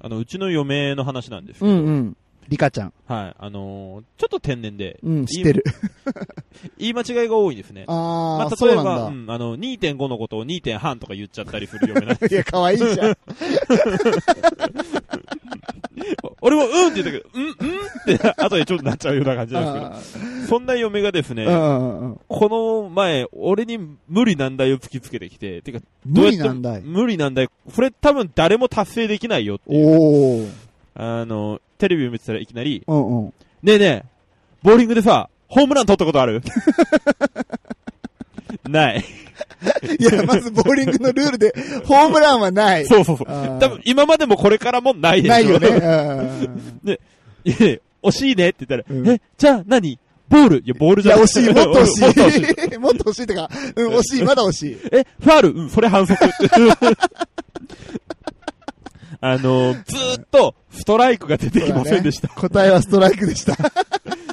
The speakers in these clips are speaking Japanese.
あの、うちの嫁の話なんですけうど、んうん。リカちゃん。はい。あのーちょっと天然で、うん、知ってる。言い間違いが多いですね。あまあ、あ、そ例うえなんば、だう。ん、あの、2.5のことを2.5半とか言っちゃったりする嫁なんで いや、可愛いじゃん。俺も、うんって言ったけど、うん、うんって、後でちょっとなっちゃうような感じなんであすけど、そんな嫁がですね、ーうんうんうんこの前、俺に無理難題を突きつけてきて、てか、どう無やっ理てなんだい。無理難題、これ多分誰も達成できないよっていう。おー。あの、テレビを見てたらいきなり、うんうん。ねえねえ、ボーリングでさ、ホームラン取ったことある ない。いや、まずボーリングのルールで、ホームランはない。そうそうそう。あー多分今までもこれからもないでしょ。ないよね。う んいやいや惜しいねって言ったら、うんえ、じゃあ何ボールいや、ボールいじゃや、ない惜しい、もっと 惜もっと惜しい。しい。 もっと惜しいってか、うん、惜しい、まだ惜しい。え、ファールうん、それ反 則。あの、ずーっと、ストライクが出てきませんでした。答えはストライクでした。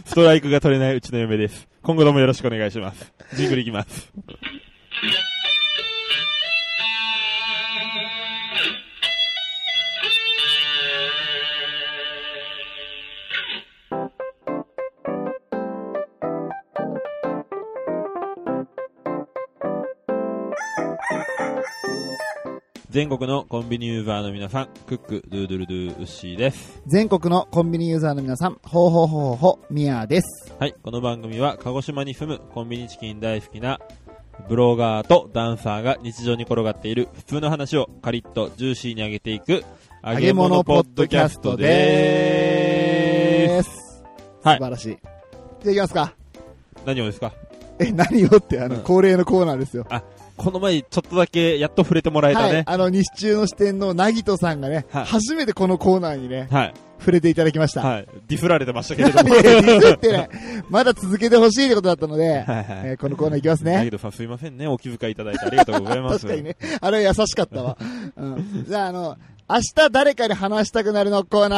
ストライクが取れないうちの嫁です。今後ともよろしくお願いします。ジングルいきます。全国のコンビニユーザーの皆さん、クック、ドゥードゥルドゥー、ウッシーです。 全国のコンビニユーザーの皆さん、ほうほうほうほうほ、ミアです。はい、この番組は鹿児島に住むコンビニチキン大好きなブロガーとダンサーが日常に転がっている普通の話をカリッとジューシーに上げていく揚げ物ポッドキャストででーーす。す。はい素晴らしい。じゃあ行きますか。何をですか え、何をって、あの、うん恒例のコーナーですよ。この前ちょっとだけやっと触れてもらえたはいね。。あの、西中の視点のなぎとさんがね、 はい初めてこのコーナーにね、はい、触れていただきました。はい、ディフられてました けれどいも。やいやディスってないまだ続けてほしいってことだったので、はいはいえーこのコーナーいきますだねけ。どさんすいませんね。お気遣いいただいてありがとうございます。確かにね。あれは優しかったわ。うん、じゃあ、あの、明日誰かに話したくなるのコーナ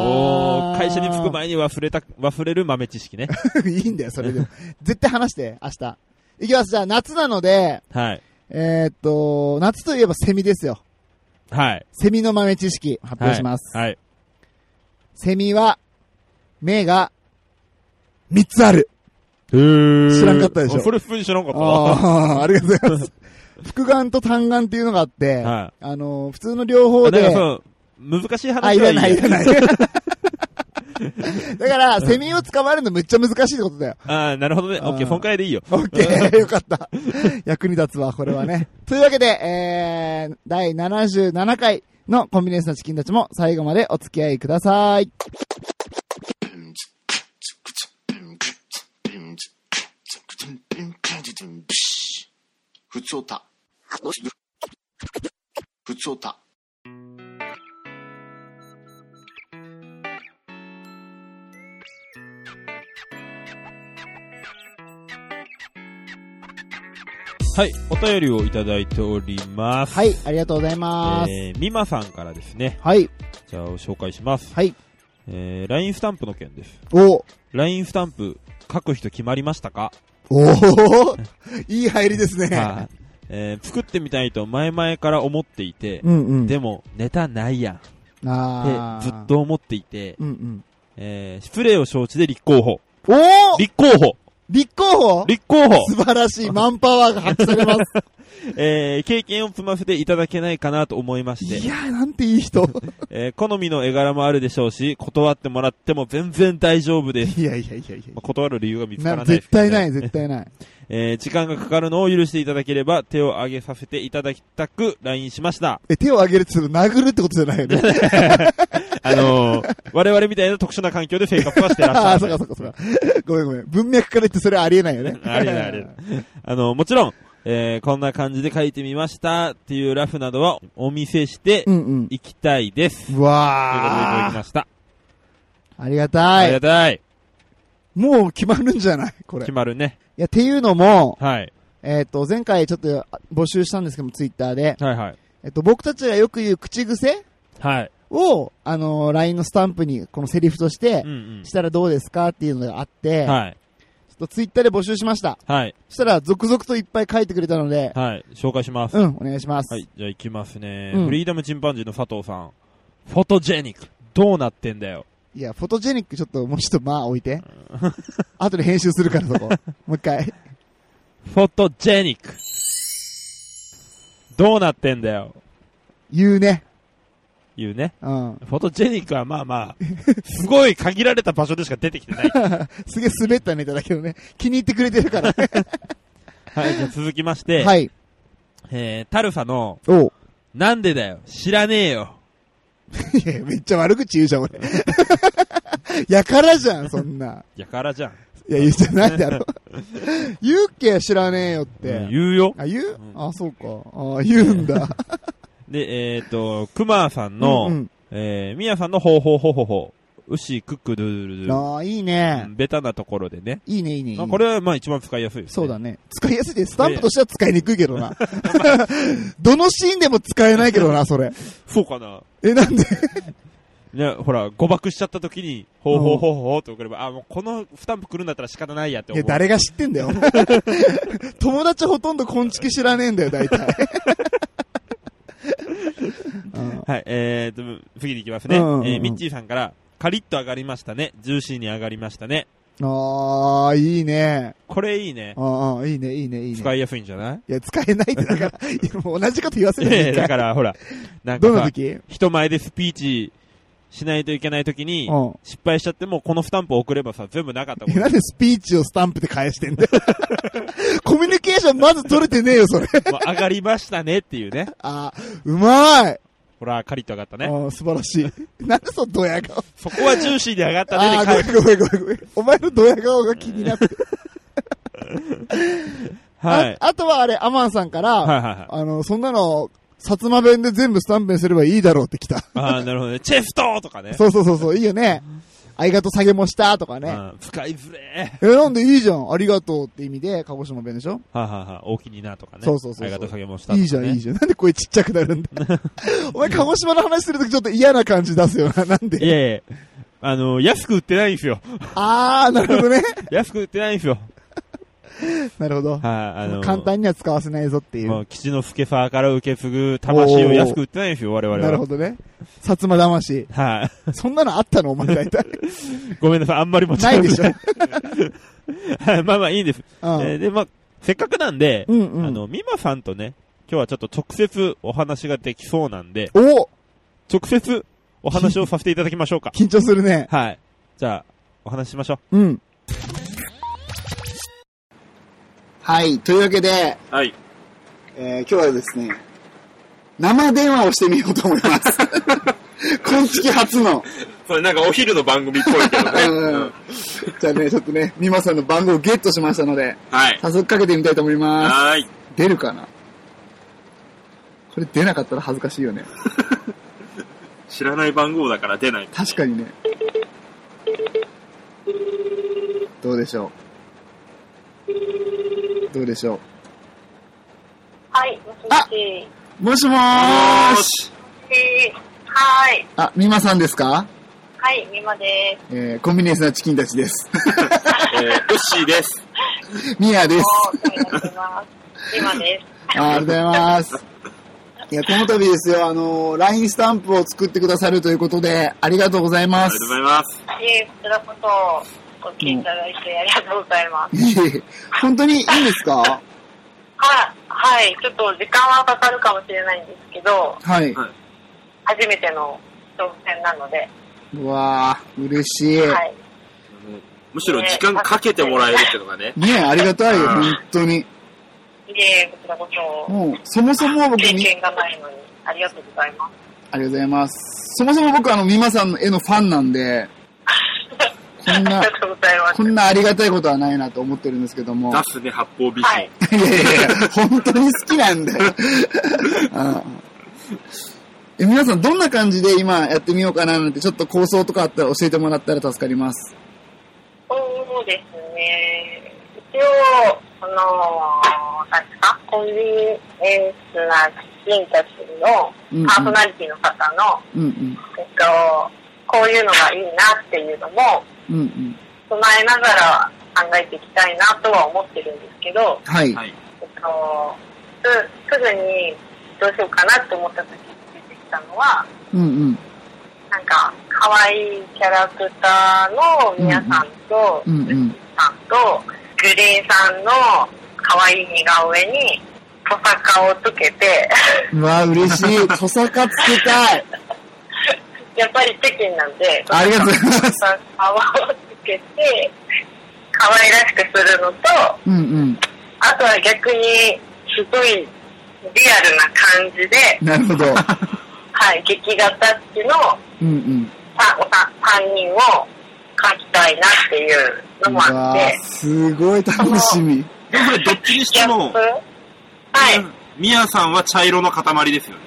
ー。おー会社に着く前に忘れた、忘れる豆知識ね。 いいんだよ、それでも。 絶対話して、明日。いきます。じゃあ、夏なので、はい。えーっと、夏といえばセミですよ。はい。セミの豆知識、発は表い。します。はい。セミは、目が、3つある。知知らんかったでしょそれ普通に知らんかったわ。ああ、ありがとうござい ます。複眼と単眼っていうのがあって、はあの、普通のあ両方なんかそで、の、難しいあ、話いはらいいない、よ。いらない。 だから、セミを捕まえるのめっちゃ難しいってことだよ。ああ、なるほどね。あーオッケー、本回でいいよ。オッケー、 よかった。役に立つわ、これは ね。というわけで、えー、第77回のコンビニエンスなチキンたちも最後までお付き合いください。ふつおた。ふつおた。はい、お便りをいただいております。はい、ありがとうございます。えー、みまさんからですね。はい、じゃあ、紹介します。はい。えー、LINE スタンプの件です。お LINE スタンプ、書く人決まりました かおーいい入りですね。はい。えー、作ってみたいと前々から思っていて、うんうん。でも、ネタないやん。ってあーずっ。と思っていて、うんうん。えー、失礼を承知で立候補。おー立候補立候補立候補素晴らしい。マンパワーが発揮されます。 えー、経験を積ませていただけないかなと思いましいて、やー、なんていい人。えー、好みの絵柄もあるでしょうし、断ってもらっても全然大丈夫です。いやいやいやいやまあ、断る理由が見つからなないです絶けどね、対ない、絶対ない。えー、時間がかかるのを許していただければ、手を挙げさせていただきたく、LINE しました。え、手を上げるって言うと殴るってことじゃないよね。あの ー、我々みたいな特殊な環境で生活はしてらっしあゃあ、そっる。。かそっかそっか。ごめんごめん。文脈から言ってそれはありえないよねありえないありえないあのー、もちろん、えー、こんな感じで書いてみましたっていうラフなどはお見せしてうんうん。いきたいです。うということでいただわきーました。ありがあたりいが。たい。もう決まるんじゃないこれ。い決まるね。や、っていうのも、はい。えっと、前回ちょっとあ募集したんですけども、ツイッターで。はいはい。えっと、僕たちがよく言う口癖はい。を、あのー、LINE のスタンプに、このセリフとしてうん、うんしたらどうですかっていうのがあって、ちょはい。っとツイッターで募集しました。はい。そしたら、続々といっぱい書いてくれたので、はい。紹介します。うん、お願いしますは。い。じゃあ行きますね。うんフリーダムチンパンジーの佐藤さん。フォトジェニック。どうなってんだよ。いや、フォトジェニックちょっともうちょっとまあ置 いて。後で編集するからそこ。もう一回。フォトジェニック。どうなってんだよ。言うね。いうね。うん。フォトジェニックはまあ まあ、すごい限られた場所でしか出てきてない。すげえ滑ったネタだけどね。気に入ってくれてるからね。はい、じゃあ続きまして、はい。えー、タルファの、おう。なんでだよ、知らねえよ。いや、めっちゃ悪口言うじゃ ん、俺。やからじゃん、そんな。やからじゃん。いや、言うじゃないだろ。 言うっけ知らねえよって。うん言うよ。あ、言う、うんあ、そうか。あ、言う んだ。で、えっ、ー、と、クマさんの、うんえー、ミヤさんのほうほうほうほうほう、牛クックドゥルルルうルんあーいいうね。んベタなところでね。いいね、いいね。いいまあねこれはまあ一番使いやすいです、ね。そうだね。使いやすいで、スタンプとしては使いにくいけどな。 どのシーンでも使えないけどな、それ。そうかな。え、なんでね、ほら、誤爆しちゃった時に、ほうほうほうほうって送れば、あ、もうこのスタンプ来るんだったら仕方ないやってい思や、う。誰が知ってん だよ。友達ほとんど昆虫知らねえんだよ、大体。 うんはい、えーと、次に行きますね。うんうんうんえーミッチーさんから、カリッと上がりましたね。ジューシーに上がりましたね。あー、いいね。これいいね。ああ、いいね、いいね、いいね。使いやすいんじゃないいや、使えないって、だから、いやもう同じこと言わせいないやで いやだから、ほら、なんどかのさ、時人前でスピーチしないといけない時に、うん失敗しちゃっても、このスタンプ送ればさ、全部なかったこいやなとんでスピーチをスタンプで返してんだ よ。コミュニケーションまず取れてねえよ、それ。まあ上がりましたねっていう ね。あーうまいほら、カリッと上がったあね。ー素晴らしい。なんでそのドヤ顔そこはジューシーに上がったねあであ返ー、す。ごめんごめんごめんごめん。お前のドヤ顔が気になって。はい。はいああとはあれ、アマンさんから、はいはい。あの、そんなの、薩摩弁で全部スタンプにすればいいだろうって来た。ああ、なるほどね。チェストとかね。そうそうそうそう、いいよね。ありがとう下げもしたとかうね。ん使いづれえ、なんでいいじゃん。ありがとうって意味で、鹿児島弁でしー。ょはあはあはあ、大きになとかね。そうそうそうそうありがとう下げもしたとか、ね。いいじゃん、いいじゃん。なん で声ちっちゃくなる んだお前、鹿児島の話するときちょっと嫌な感じ出すよな。なんいでやいやあの、安く売ってないんですよ。あー、なるほど ね。安く売ってないんですよ。なるほど。はい、あの、簡単には使わせないぞっていもう。う、吉之助さんから受け継ぐ魂を安く売ってないんですよ、我々は。なるほどね。薩摩魂。はい、そんなのあったのお前大 体。ごめんなさい、あんまり持ちないでしょ。はい、まあまあいいんです。うんえーで、まあ、せっかくなんで、うんうあん。の、美馬さんとね、今日はちょっと直接お話ができそうなんで、お。直接お話をさせていただきましょ うか緊張するね。はい。じゃあ、お話ししましょうん。はい、というわけで、う。はい。え今日はですね。生電話をしてみようと思います。 今月初の。これなんかお昼の番組っぽいけどうんじゃあね、ちょっとね、美馬さんの番号をゲットしましたので、はい。早速かけてみたいと思います。い。出るかなこれ出なかったら恥ずかしいよね。知らない番号だから出 ない。確かにね。どうでしょうどうでしょはい、もしもし。うもしもーしえーはい、あ、美馬さんですかはい、みまで。えー、コンビニエンスなチキンたちです。 えー、ウッシーです。ミヤですす。お願いします。みまです。あありがとうございます。いや、この度ですよ、あのー、LINE スタンプを作ってくださるということで、ありがとうございます。います。えー、こちらこそ、お聞きいただいてありがとうございます。いえいえ 本当にいいんですかはい、はい、ちょっと時間はかかるかもしれないんですけど、はい。初めての挑戦なので、うわー嬉しい。。はい。むしろ時間かけてもらえるっていうのがねねえありがたいよ、うん本当に。いえ、こちらこそ、もう、そもそも僕経に、験がないのに、ありがとうございます。ありがとうございます。そもそも僕、あの、美馬さんの絵のファンなんで、こんなありがとうございます。こんなありがたいことはないなと思ってるんですけども。出すね、八方美人。はい。いやいやいや、 本当に好きなん だよ。うんえ皆さん、どんな感じで今やってみようかななんて、ちょっと構想とかあったら教えてもらったら助かります。そうですね。一応、その、なんですか、コンビニエンスな人たちうんうんのパーソナリティの方の、うんうん。えっと、こういうのがいいなっていうのも、うんうん。備えながら考えていきたいなとは思ってるんですけど、はい。はいえっと、すすぐにどうしようかなって思った時に出てきたのは、うんうん。えなんか、可愛いキャラクターの皆さんと、うんうん。さんと、グレーさんの可愛い似顔絵に、トサカをつけて、 うわ、嬉し い。トサカつけたい。やっぱり北京なんで、ありがとうございまトす。サカをつけて、可愛らしくするのと、うんうん。あとは逆に、すごいリアルな感じで、なるほど。はい、劇画タッチのうんうん。さおさ3人を描きたいなっていうのうもあっわて、すごい楽しみ。でもこれどっちにしギてャもップ、はい。みやさんは茶色の塊ですよね。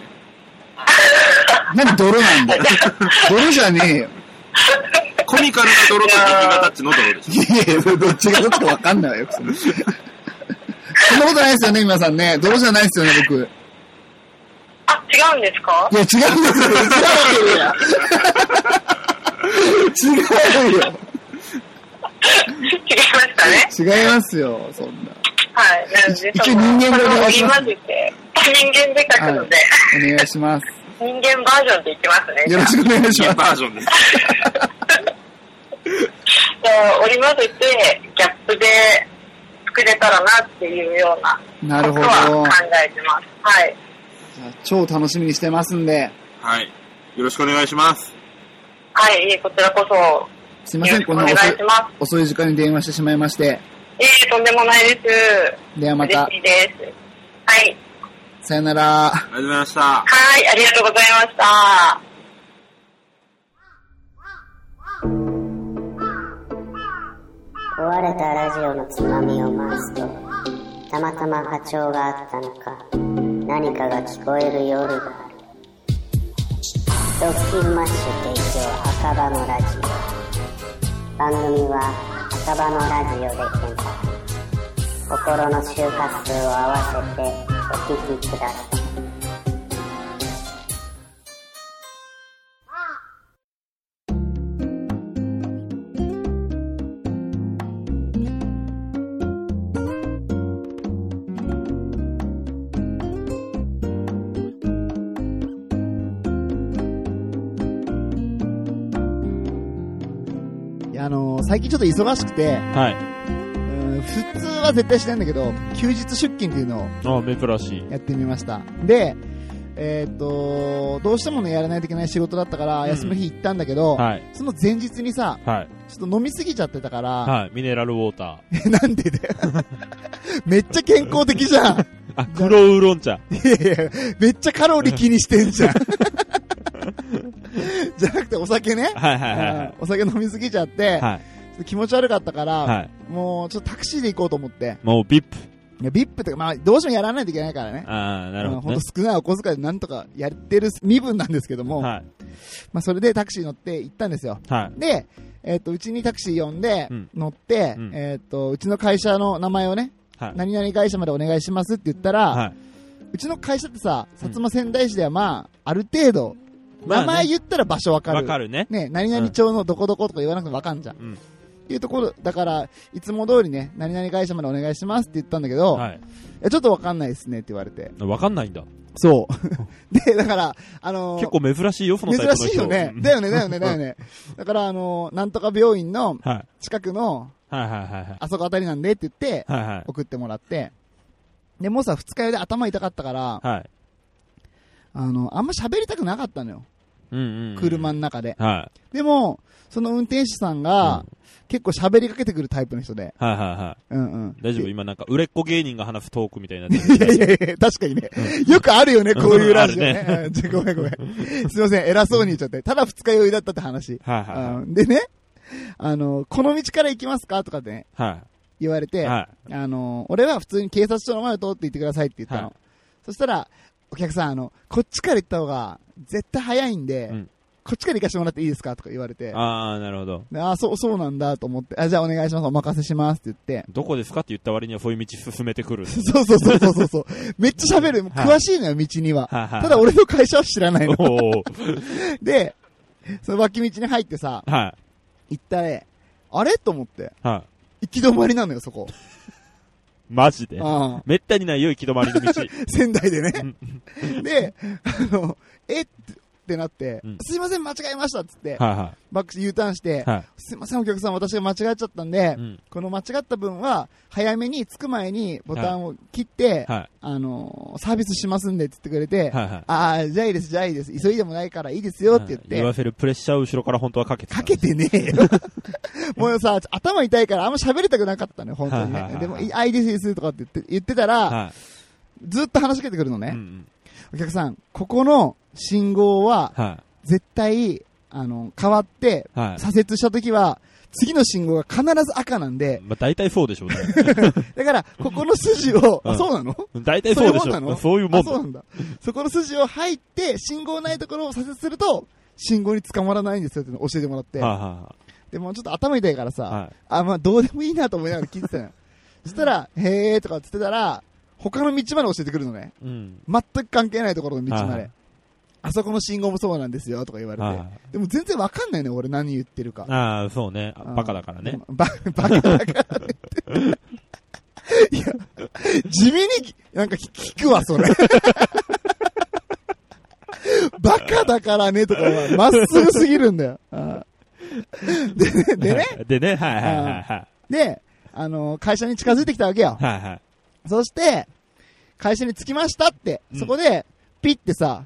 何泥 なんだよ。 泥じゃねえよ。コミカルな泥と劇画タッチの泥です。いやいや、どっちがどっちかわかんないわよ、そんなそんなことないですよね、皆さんね。泥じゃないですよね、僕。いあ、違うんですかや、違うんですよ。違うよ。違いましたね。違うよ。違いますよ、そんな。はい。なんで、一応その人間でお願いしますそれを織り交ぜて、人間で描くので、お願いします。人間バージョンでいきますね。よろしくお願いしバまーす。ジョンです。じゃあ織り交ぜて、ギャップで作れたらなっていうようななるこほとど。は考えてます。はい。じゃあ超楽しみにしてますんで。はい。よろしくお願いします。はい、いえこちらこそ、すいません、こんなお願遅いいします遅い時間に電話してしまいまして。いえとんでもないです。ではまた嬉しいです。はい。さよなら。ありがとうございました。はい、ありがとうございました。壊れたラジオのつまみを回すとたまたま波長があったのか何かが聞こえる夜があるドッキンマッシュ提供赤羽のラジオ番組は赤羽のラジオで検索心の周波数を合わせてお聞きくださいいや、あのー最近ちょっと忙しくて、はい。うん普通は絶対しないんだけど、休日出勤っていうのをあ、珍しい。やってみました。で、えーっ、と、どうしてもね、やらないといけない仕事だったから、ん休みの日行ったんだけど、はい。その前日にさ、はい。ちょっと飲みすぎちゃってたから、はい。ミネラルウォータ ー。なんでだよ。めっちゃ健康的 じゃん。あ、黒ウーロン茶。いやいや、めっちゃカロリー気にして んじゃん。じゃなくてお酒ね。はいはいはいはい。お酒飲みすぎちゃって、はい。気持ち悪かったから、はい。もうちょっとタクシーで行こうと思って。もうビップ。いや、ビップとか、まあ、どうしてもやらないといけないからね。ああ、なるうんほほどんねと。少ないお小遣いでなんとかやってる身分なんですけども、はい。まあそれでタクシー乗って行ったんですよ。はい。で、えっ、と、うちにタクシー呼んでうん、乗って、うんえっ、と、うちの会社の名前をね、はい。何々会社までお願いしますって言ったら、はいうちの会社ってさ、薩摩仙台市ではまあ、ある程度、まあ名ね前言ったら場所わかる。わかるね。ね、何々町のどこどことか言わなくてもわかんじゃん。うんっていうところ、だから、いつも通りね、何々会社までお願いしますって言ったんだけど、いはい。や、ちょっとわかんないですねって言われて。わかんないんだ。そう。 で、だから、あの結ー構珍しいよ、そのタイプの人。珍しいよねう。んだよね、だよね、だよね。だから、あのーなんとか病院のはい。近くの、はいはいはいはい。あそこあたりなんでって言って、はいは送ってもらって、で、もうさ、二日酔いで頭痛かったから、い。はい。あの、あんま喋りたくなかったのよ。うんうんうん。車の中で。はでも、その運転手さんが、結構喋りかけてくるタイプの人で。い。はいはいはうんうん。い。大丈夫い今なんか、売れっ子芸人が話すトークみたいになって やる。いやいや、確かにね。よくあるよね、こういうラジオね。 あるうんち ょごめんごめん。すいません、偉そうに言っちゃって。ただ二日酔いだったって話。はいはいはいうんでね、あの、この道から行きますかとかってね、は言われい。て、はあの、俺は普通に警察署の前を通って行ってくださいって言ったの。はいそしたら、お客さん、あの、こっちから行った方が絶対早いんで、うんこっちから行かせてもらっていいですかとか言われて、い。あああ、なるほど。あー、そう、そうなんだと思って、あ、じゃあお願いします、お任せしますって言って、どこですかって言った割にはそういう道進めてくる。 そうそうそうそうそうそう、めっちゃ喋る、もうはい詳しいのよ、道には。はいはいただ俺の会社は知らないの。おお。で、その脇道に入ってさ、は行ったら、あれと思って、い。はい。行き止まりなのよ、そこ。マジで。ああめっ たにない良い行き止まりの道。仙台でね。で、あの、えってってなって、うんすいません、間違えましたっつって、はいはバックス U ターンして、い。はすいません、お客さん、私が間違えちゃったんで、い。うん。この間違った分は、早めに着く前にボタンを切って、はあのーサービスしますんでって言ってくれて、い。はいはい。ああ、じゃあいいです、じゃあいいです、急いでもないからいいですよって言って、言わせるプレッシャーを後ろから本当はかけてたかんでけす。てねえよ。 もうさ、頭痛いからあんま喋りたくなかったのよ、本当にはいはいはいね。はいでも、いいあ、いいです、いいですとかって言って言ってたら、はずっと話しかけてくるのい。うんうね。ん。お客さん、ここの信号は、は絶対、あの、変わって、い。はい。左折した時は、次の信号が必ず赤なんで、まあ大体そうでし ょうね。だから、ここの筋を、うんあ、そうなの大体そうでそういうもんしなょのう。そういうもあ、んだそうなんだ。そこの筋を入って、信号ないところを左折すると、信号に捕まらないんですよっていうのを教えてもらって。はいはでもちょっと頭痛いからさ、いはい。はい。あ、まあ、どうでもいいなと思いながら聞いてたのよ。そしたら、へーとかって言ってたら、他の道まで教えてくるのね。うん。全く関係ないところの道まはいはでい。あそこの信号もそうなんですよとか言われはいはてい。でも全然わかんないのよ、俺何言ってるか。ああ、そうね。うんバカだからね。。バ、 バカだからねって。 いや、地味に、なんか聞聞くわ、それ。 バカだからねとかは、まっすぐすぎるんだよ。あーででね、。 でね、はいはいはいはい。で、あの、会社に近づいてきたわけよ。はいはい。そして、会社に着きましたって、うんそこで、ピッてさ、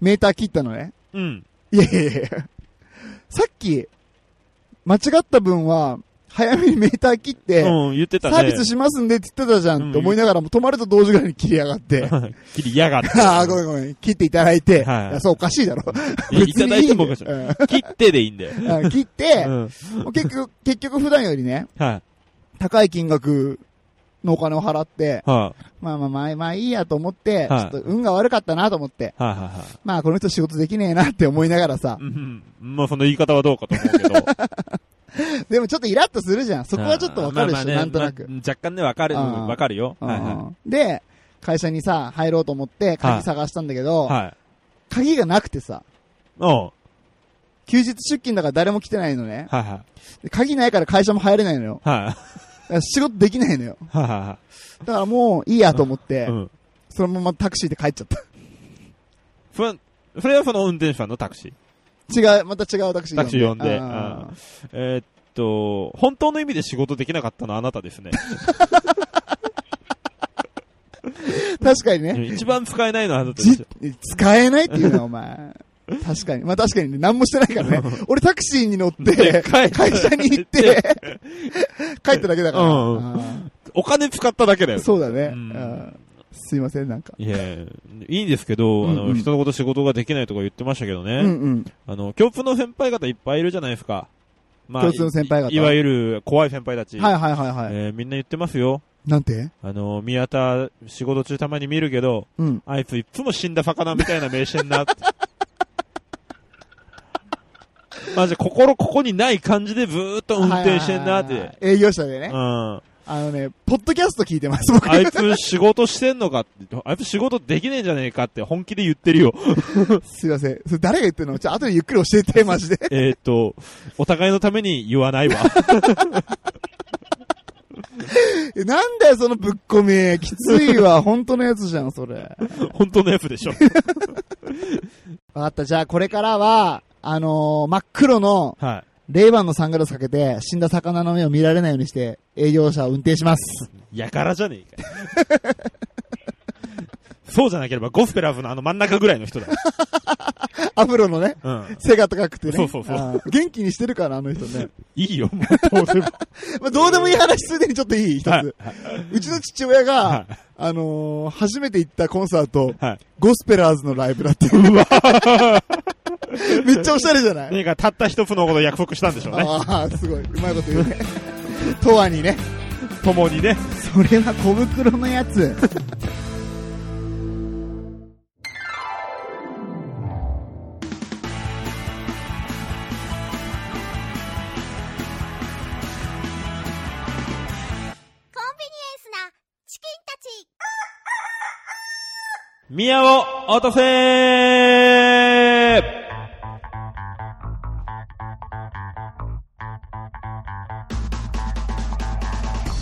メーター切ったのね。うん。いやいやいやさっき、間違った分は、早めにメーター切って、うん、言ってたサね。ービスしますんでって言ってたじゃんってうん思いながらも、止まると同時ぐらいに切りやがって。 切りやがって。ああ、ごめんごめん。切っていただいて。はいいやそうおかしいだろ。いやいただいてもおかしい別にいいんだよ切ってでいいんだよ。うんうん切ってう、ん。もう結局、結局普段よりね、はい。高い金額のお金を払って、はまあまあまあまあいいやと思って、はいちょっと運が悪かったなと思って、い。はいはいはい。まあこの人仕事できねえなって思いながらさう、ん。まあ、その言い方はどうかと思うけど。でもちょっとイラッとするじゃん。 そこはちょっとわかるでまあしょ、まあねなんとなく。まあ若干ね、わかる、うんわかるよ。はいはうんで、会社にさ、入ろうと思っては鍵い探したんだけい。ど、はい。鍵がなくてさ、おう休日出勤だから誰も来てないのね。はいはい。で鍵ないから会社も入れないのよ。はい。だから仕事できないのよ。はいはだからもういいやと思っいてはい。う、ん。そのままタクシーで帰っちゃった。それ、それはその運転手さんのタクシー。違う、また違うタクシータクシー呼んで。うあんえーっと、本当の意味で仕事できなかったのはあなたですね。ー確かにね。一番使えないのはあなたでじすよ。使えないっていうのはお前。確かに。まあ確かにね、何もしてないからね。俺タクシーに乗って、帰っ会て社に行って、帰っただけだから。うんあお金使っただけだーよ。そうだね。うんうんすいません、なんか。いや、いいんですけど、あうんうの、ん人のこと仕事ができないとか言ってましたけどうんうね。ん。あの、共通の先輩方いっぱいいるじゃないですか。ま共通の先輩方いいわゆる怖い先輩たち。はいはいはいはい。えーみんな言ってますよ。なんてあの、宮田、仕事中たまに見るけど、うん。あいついつも死んだ魚みたいな名してんなって。 マジ、心ここにない感じでずーっと運転してんなっはいはいはてい。営業者でねう。ん。あのね、ポッドキャスト聞いてます、僕。あいつ仕事してんのかって、あいつ仕事できねえんじゃねえかって本気で言って るよ。すいません。それ誰が言ってるのちょ、後でゆっくり教えて、マ ジで。えーっと、お互いのために言わないわ。 えなんだよ、そのぶっこみ。きついわ。本当のやつじゃん、それ。本当のやつでしょ。わかった。じゃあ、これからは、あのー真っ黒の、はレイバンのサングラスかけて、死んだ魚の目を見られないようにして、営業者を運転 します。い。やからじゃねえか。 そうじゃなければゴスペラーズのあの真ん中ぐらいの人だ。アフロのね、うん。背が高くてね。そうそうそうあー元気にしてるから、あの人ね。いいよ、もうどうでも。まあ、どうでもいい話すでにちょっといい、一はいつ。うちの父親はがい、あのー初めて行ったコンサート、はい。ゴスペラーズのライブだって。 めっちゃおしゃれじゃない何かたった一つのことを約束したんでしょうね。ああ、すごい。うまいこと言うね。 とわにね。共にね。それは小袋のやつ。コンビニエンスなチキンたち宮を落とせ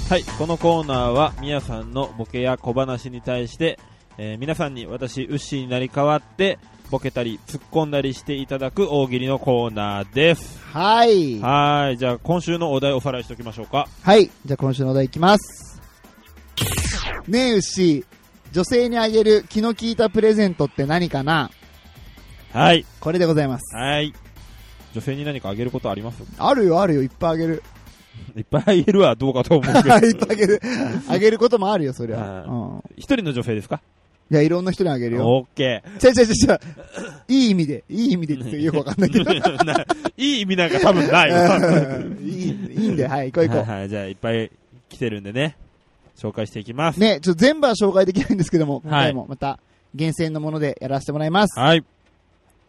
はい、このコーナーは、宮さんのボケや小話に対して、えー皆さんに私、ウッシーになり変わって、ボケたり突っ込んだりしていただく大喜利のコーナーですはい。はいじゃあ今週のお題おさらいしておきましょうかはい。じゃあ今週のお題いきます。ねえ、牛。女性にあげる気の利いたプレゼントって何かなはいこれでございます。はい女性に何かあげることあります あるよ、あるよ。いっぱいあげる。いっぱいあげるはどうかと思う けどいっぱいあげる。あげることもあるよ、そりゃ。はいうん。一人の女性ですかいや、いろんな人にあげるよ。オッケ違う違う違う。いい意味で、いい意味で言ってよくわかんな いけど。ーないい意味なんか多分 ないわうんいい、いいんで、はい、行こう行はいこはい、じゃあいっぱい来てるんでね、紹介していきます。う。ね、ちょっと全部は紹介できないんですけども、今はい回もまた厳選のものでやらせてもらいます。はい。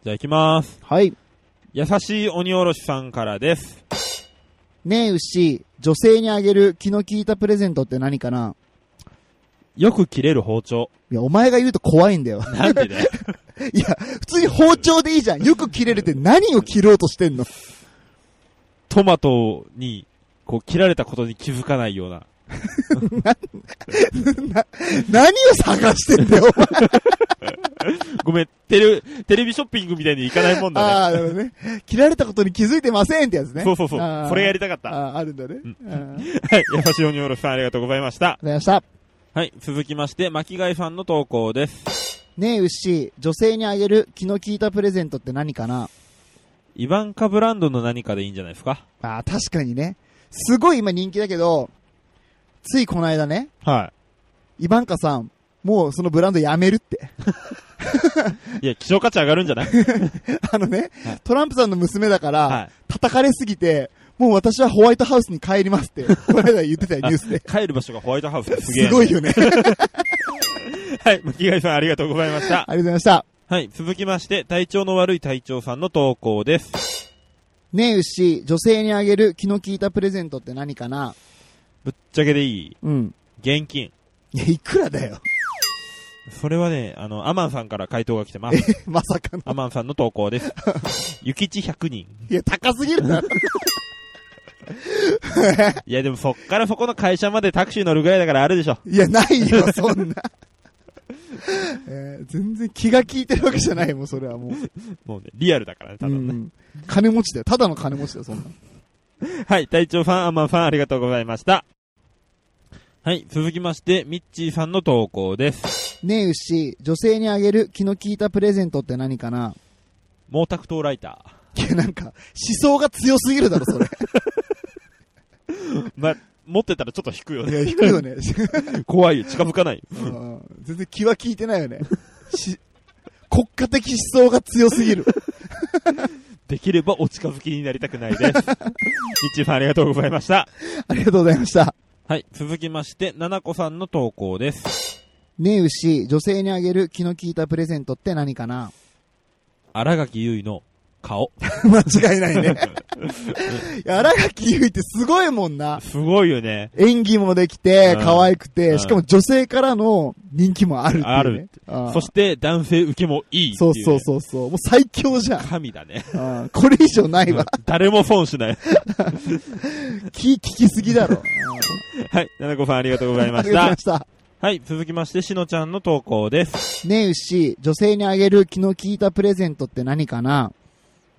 じゃあいきます。はい。優しい鬼おろしさんからです。ねえ、牛、女性にあげる気の利いたプレゼントって何かなよく切れる包丁。いや、お前が言うと怖いんだよ。 なんでだよ。いや、普通に包丁でいいじゃん。よく切れるって何を切ろうとしてんのトマトに、こう切られたことに気づかないような。何を探し てんだよ、お前。ごめん、テレ、テレビショッピングみたいに行かないもんあだあ、なるほどね。切られたことに気づいてませんってやつね。ね。そうそうそうあ。ーそれやりたかった。はあーあるんだね。あーありがとうい。優しい鬼おろしさんありがとうございました。ございました。はい。続きまして、巻貝さんの投稿です。ねえ、牛、女性にあげる気の利いたプレゼントって何かなイバンカブランドの何かでいいんじゃないですかああ、確かにね。すごい今人気だけど、ついこの間ね、はイバンカさん、もうそのブランドやめるって。い。いや、希少価値上がるんじゃないあのね、トランプさんの娘だから、はい。叩かれすぎて、もう私はホワイトハウスに帰り ますって、この間言ってたよ、ニュースで帰る場所がホワイトハウスってすげえすな。ごい よね。はい、巻貝さんありがとうございました。ありがとうございました。はい、続きまして、体調の悪い隊長さんの投稿です。ねえ、牛、女性にあげる気の利いたプレゼントって何かなぶっちゃけでいいうん。現金。いや、いくらだよ。 それはね、あの、アマンさんから回答が来て ます。まさかの。アマンさんの投稿です。ゆきち100人。いや、高すぎるな。いや、でもそっからそこの会社までタクシー乗るぐらいだからあるでしょ。いや、ない よ、そんな。えー全然気が利いてるわけじゃないもん、それはもう。もうね、リアルだからね、ただのうね。ん金持ちだよ。ただの金持ちだよ、そんな。はい、隊長さん、アマンさん、ありがとうございました。はい、続きまして、ミッチーさんの投稿です。ねえ、牛、女性にあげる気の利いたプレゼントって何かな毛沢東ライタいや、なんか、思想が強すぎるだろ、 それ。ー。まあ、持ってたらちょっと引くよいね。や、低いよね。怖いよ、近づかないよ。 うん全然気は利いてないよね。し国家的思想が強すぎる。できればお近づきになりたく ないです。一さんありがとうございました。 ありがとうございました。はい、続きまして、ななこさんの投稿です。ねえ、牛、女性にあげる気の利いたプレゼントって何かな荒垣結衣の顔。 間違いないね。 いや荒垣結衣ってすごいもんな。すごいよね。演技もできて、うん可愛くうて、んしかも女性からの人気もあるっていう、ね。あるあーそして、男性受けもいいっていそううね、そうそうそう。もう最強じゃん。神だね。あーこれ以上ないわ。誰も損しない。気、聞きすぎだろ。はい、ななこさんありがとうございあまりしがとうございたま。した。はい、続きまして、しのちゃんの投稿です。ねえ、牛、女性にあげる気の利いたプレゼントって何かな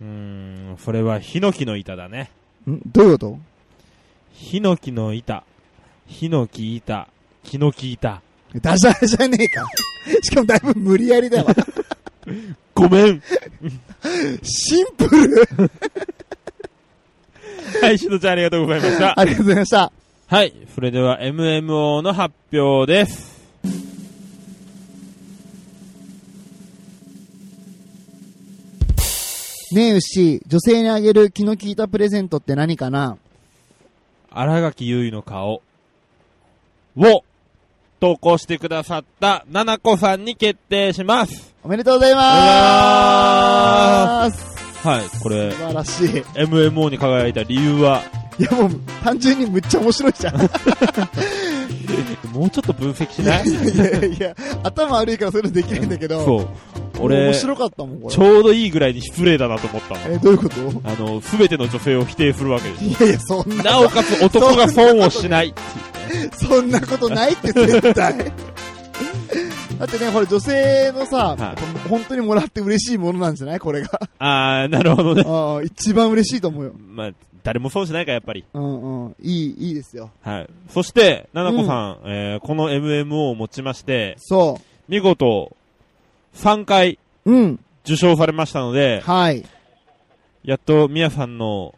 うーん、それは、ヒノキの板だね。んどういうことヒノキの板。ヒノキ板。ヒノキ板。ダジャレじゃねえか。 しかもだいぶ無理やりだわ。ごめん。シンプル。はい、しのちゃんありがとうございま した。ありがとうございました。はい、それでは MMO の発表です。ねえ、牛、女性にあげる気の利いたプレゼントって何かな新垣結衣の顔を投稿してくださったななこさんに決定します。おめでとうございまーす。はい、これ素、晴らしい。 MMO に輝いた理由は、いやもう、単純にむっちゃ面白いじ ゃん。いもうちょっと分析し ないやいやいや、頭悪いからそういうのできないんだけど。そう。面俺、ち白かったもん、これ。ょうどいいぐらいに失礼だなと思ったの。え、どういうことあの、すべての女性を否定するわけでいす。やいや、そんな、なおかつ男が損をしない。 そんなことないって絶対。だってね、これ女性のさ、いやっぱ本当にもらって嬉しいものなんじゃないこれが。あー、なるほどね。ああ、一番嬉しいと思うよ。まあ、誰もそうしないか、やっぱり。うんうん。いい、いいですよ。はい。そして、ななこさん、えーこの MMO をもちまして、そ見事、3回う。うん。受賞されましたので、はい。やっと、みやさんの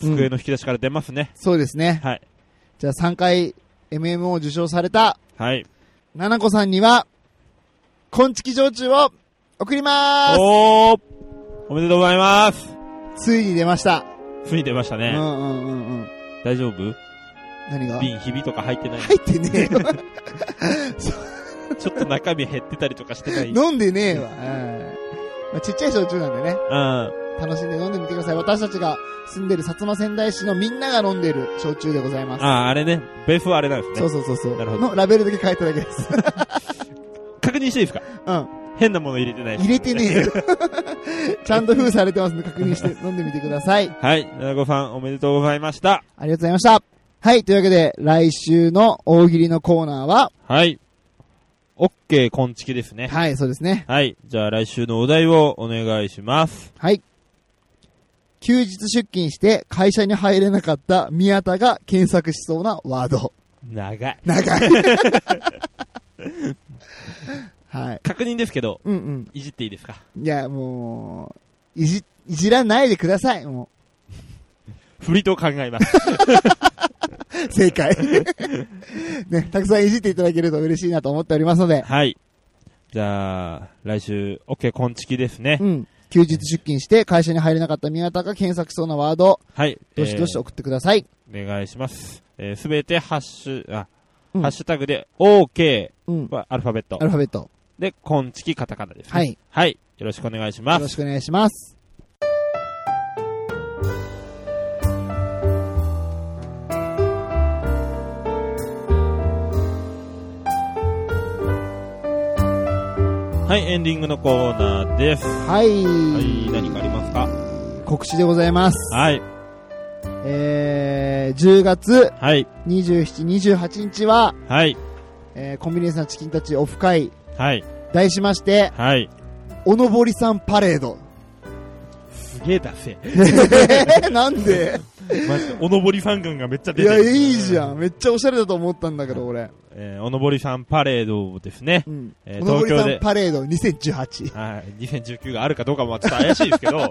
机の引き出しから出ますね。そうですね。はい。じゃあ3回 MMO を受賞された、はい。ななこさんには、こんちき焼酎を送りまーおーおめでとうございますすついに出ました。ついに出ましたうね。んうんうんうん。大丈夫何が入瓶、ひびとか入ってないってねえわ。ちょっと中身減ってたりとかしてないうん。飲んでねえわ。うんまあ、ちっちゃい焼酎なんでね、あ楽しんで飲んでみてください。私たちが住んでる薩摩仙台市のみんなが飲んでる焼酎でございます。あ、あれね。ベースはあれなんですね。そうそうそうそう。なるほどのラベルだけ変えただけです。確認していいですかうん。変なもの入れてない。入れてね えよ。ちゃんと封されてますんで確認して飲んでみてください。はい。ななこさん、おめでとうございました。ありがとうございました。はい、というわけで来週の大喜利のコーナーは、はい。オッケー、こんちきですね。はい、そうですね。はい。じゃあ来週のお題をお願いします。はい。休日出勤して会社に入れなかった宮田が検索しそうなワード。長い。長い。はい。確認ですけど、うんいじっていいですかうん。いや、もう、いじ、いじらないでください、も振りと考え ます。 う。正解。 ね、たくさんいじっていただけると嬉しいなと思っておりますので、はい。じゃあ、来週、オッケー、こんちきですね。うん。休日出勤して会社に入れなかった宮田が検索しそうなワード、はい。どしどし送ってください。えーお願いします。えーすべてハッシュ、あ、うんハッシュタグで、OK うん。はアルファベットア。ルファベット。で、こんちきカタカナです、ね。はい。はい。よろしくお願いしよまろす。しくお願いします。はい、エンディングのコーナーです。ははい。い、何かありますか告知でございます。はい。えー、10月はい。 27、28日は、はい。えー、コンビニエンスのチキンたちオフ会、はい。題しまして、はい。おのぼりさんパレ ード。 すげえダセえ。なんで マジで、おのぼりさん軍がめっちゃい出てや、る。いいじゃん。めっちゃおしゃれだと思ったんだけど、俺。えーおのぼりさんパレードですねう。ん。えーおのぼりさ東京んでパレード2018。はい。2019があるかどうかもちょっと怪しいですけど、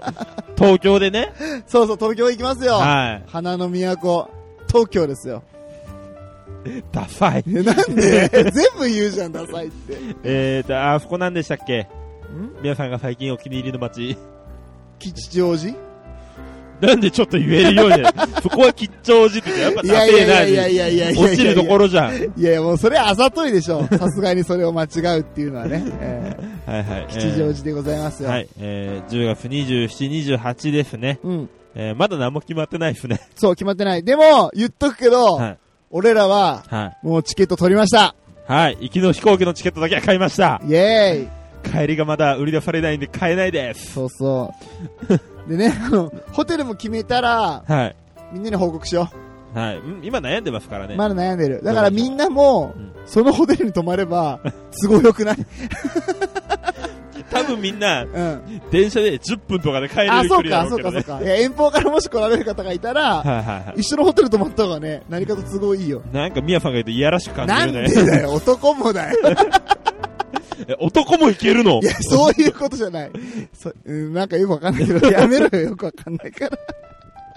東京でね。 そうそう、東京行きますよ。は花の都、東京ですよ。い。ダサい。えなん で全部言うじゃん、ダサいって。えーと、あそこなんでしたっけ皆さんが最近お気に入りの街。吉祥寺なんでちょっと言える ように。そこは吉祥寺ってやっぱいダやいセえなやにいやいやいやいやいや。落ちるところじゃん。はいいやいや、もうそれはあざといでし ょ。さすがにそれを間違うっていうのはね。えーはい。吉祥寺でございますえーよ。はい。えー、10月27、28ですね。うん。えー、まだ何も決まってないですね。そう、決まってない。でも、言っとくけど、はい俺らは、はい。もうチケット取りました。はい。行きの飛行機のチケットだけは買いました。イェーイ。帰りがまだ売り出されないんで買えないです。そう そう。でね、あの、ホテルも決めたら、はい。みんなに報告しよはい。ん今悩んでますからう。ね。まだ悩んでる。だからみんなもう、んそのホテルに泊まれ ば、都合よくない多分みんな、 うん。電車で10分とかで帰れあ、るそ距う離だろか、そううけどか、そうね。か。いや、遠方からもし来られる方がいた ら、はいはいはい。一緒のホテル泊まった方がね、何かと都合いいよ。なんか、みやさんが言うといやらしく感なんじでるね。だよ、男もだよ。 え男もいけるのいや、そういうことじゃない。そうん、なんかよくわかんないけど、やめろよ、よくわかんないから。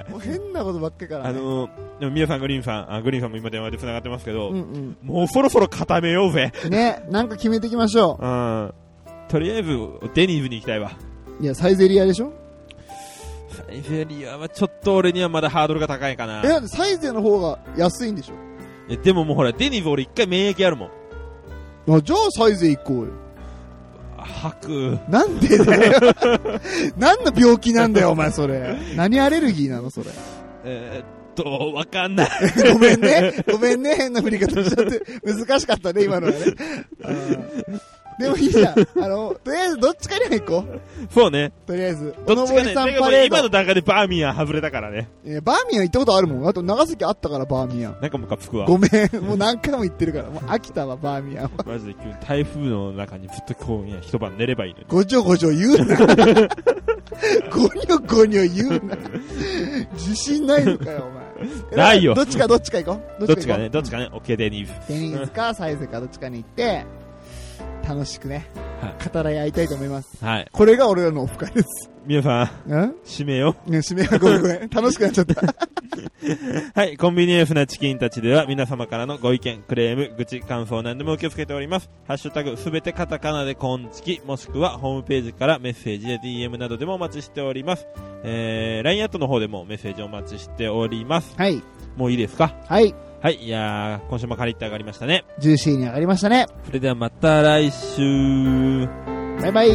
は もう変なことばっかりから、ね。あのー、でもみやさん、グリーンさん、あ、グリーンさんも今電話で繋がってますけど、うんもうそろそろ固めようぜ。うん。ね、なんか決めていきましょうん。とりあえず、デニーズに行きたいわ。う。いや、サイゼリアでしょサイゼリアはちょっと俺にはまだハードルが高いかな。え、だってサイゼの方が安いんでしえでももうほら、デニーズ俺一回免疫あるもん。ょあじゃあサイゼ行こうよ。吐く。なんでだよ。 何の病気なんだよ、お前、それ。何アレルギーなの、それ。 えーっと、わかんない。 ごめんね。ごめんね。変な振り方しちゃって。難しかったね、今のはね。でもいいじゃん。あの、とりあえずどっちかには行こう。そうね。とりあえず。どっちかね。おのぼりさんだけどパもうレード今の段階でバーミヤン外れたからね。えーバーミヤン行ったことあるもん。あと長崎あったからバーミヤン。なんかムカつくわ。ごめん。もう何回も行ってるから。もう飽きたわ、バーミヤンは。マジで急に台風の中にずっと今夜一晩寝ればいいのに。ごじょごじょ言うな。ごにょごにょ言うな。自信ないのかよ、お前。えないよどっちかどっちか行こう。どっちか行ね、どっちかね、オッケーデニーこう。デニーズかサイズかどっちかに行って、楽しくねは、語らい合いたいと思います。はい。これが俺らのオフ会です。皆さん、うん締めよう。ね、締めはごめんごめん。 楽しくなっちゃった。はい、コンビニエンスなチキンたちでは皆様からのご意見、クレーム、愚痴、感想何でも受け付けております。ハッシュタグすべてカタカナでコンチキ、もしくはホームページからメッセージや DM などでもお待ちしております。えー、LINE アットの方でもメッセージお待ちしております。はい。もういいですかはい。はい、いやー、今週もカリッと上がりましたね。ジューシーに上がりましたね。それではまた来週。バイバイ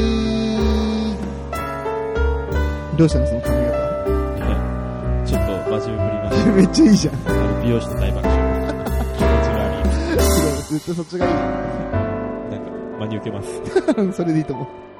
どうしたのその髪型。はいちょっと真面目ぶりまし めっちゃい いじゃん。た。美容師と大爆笑。気持ち悪すごいずっとそっちがいい。い。なんか、真に受けます。 それでいいと思う。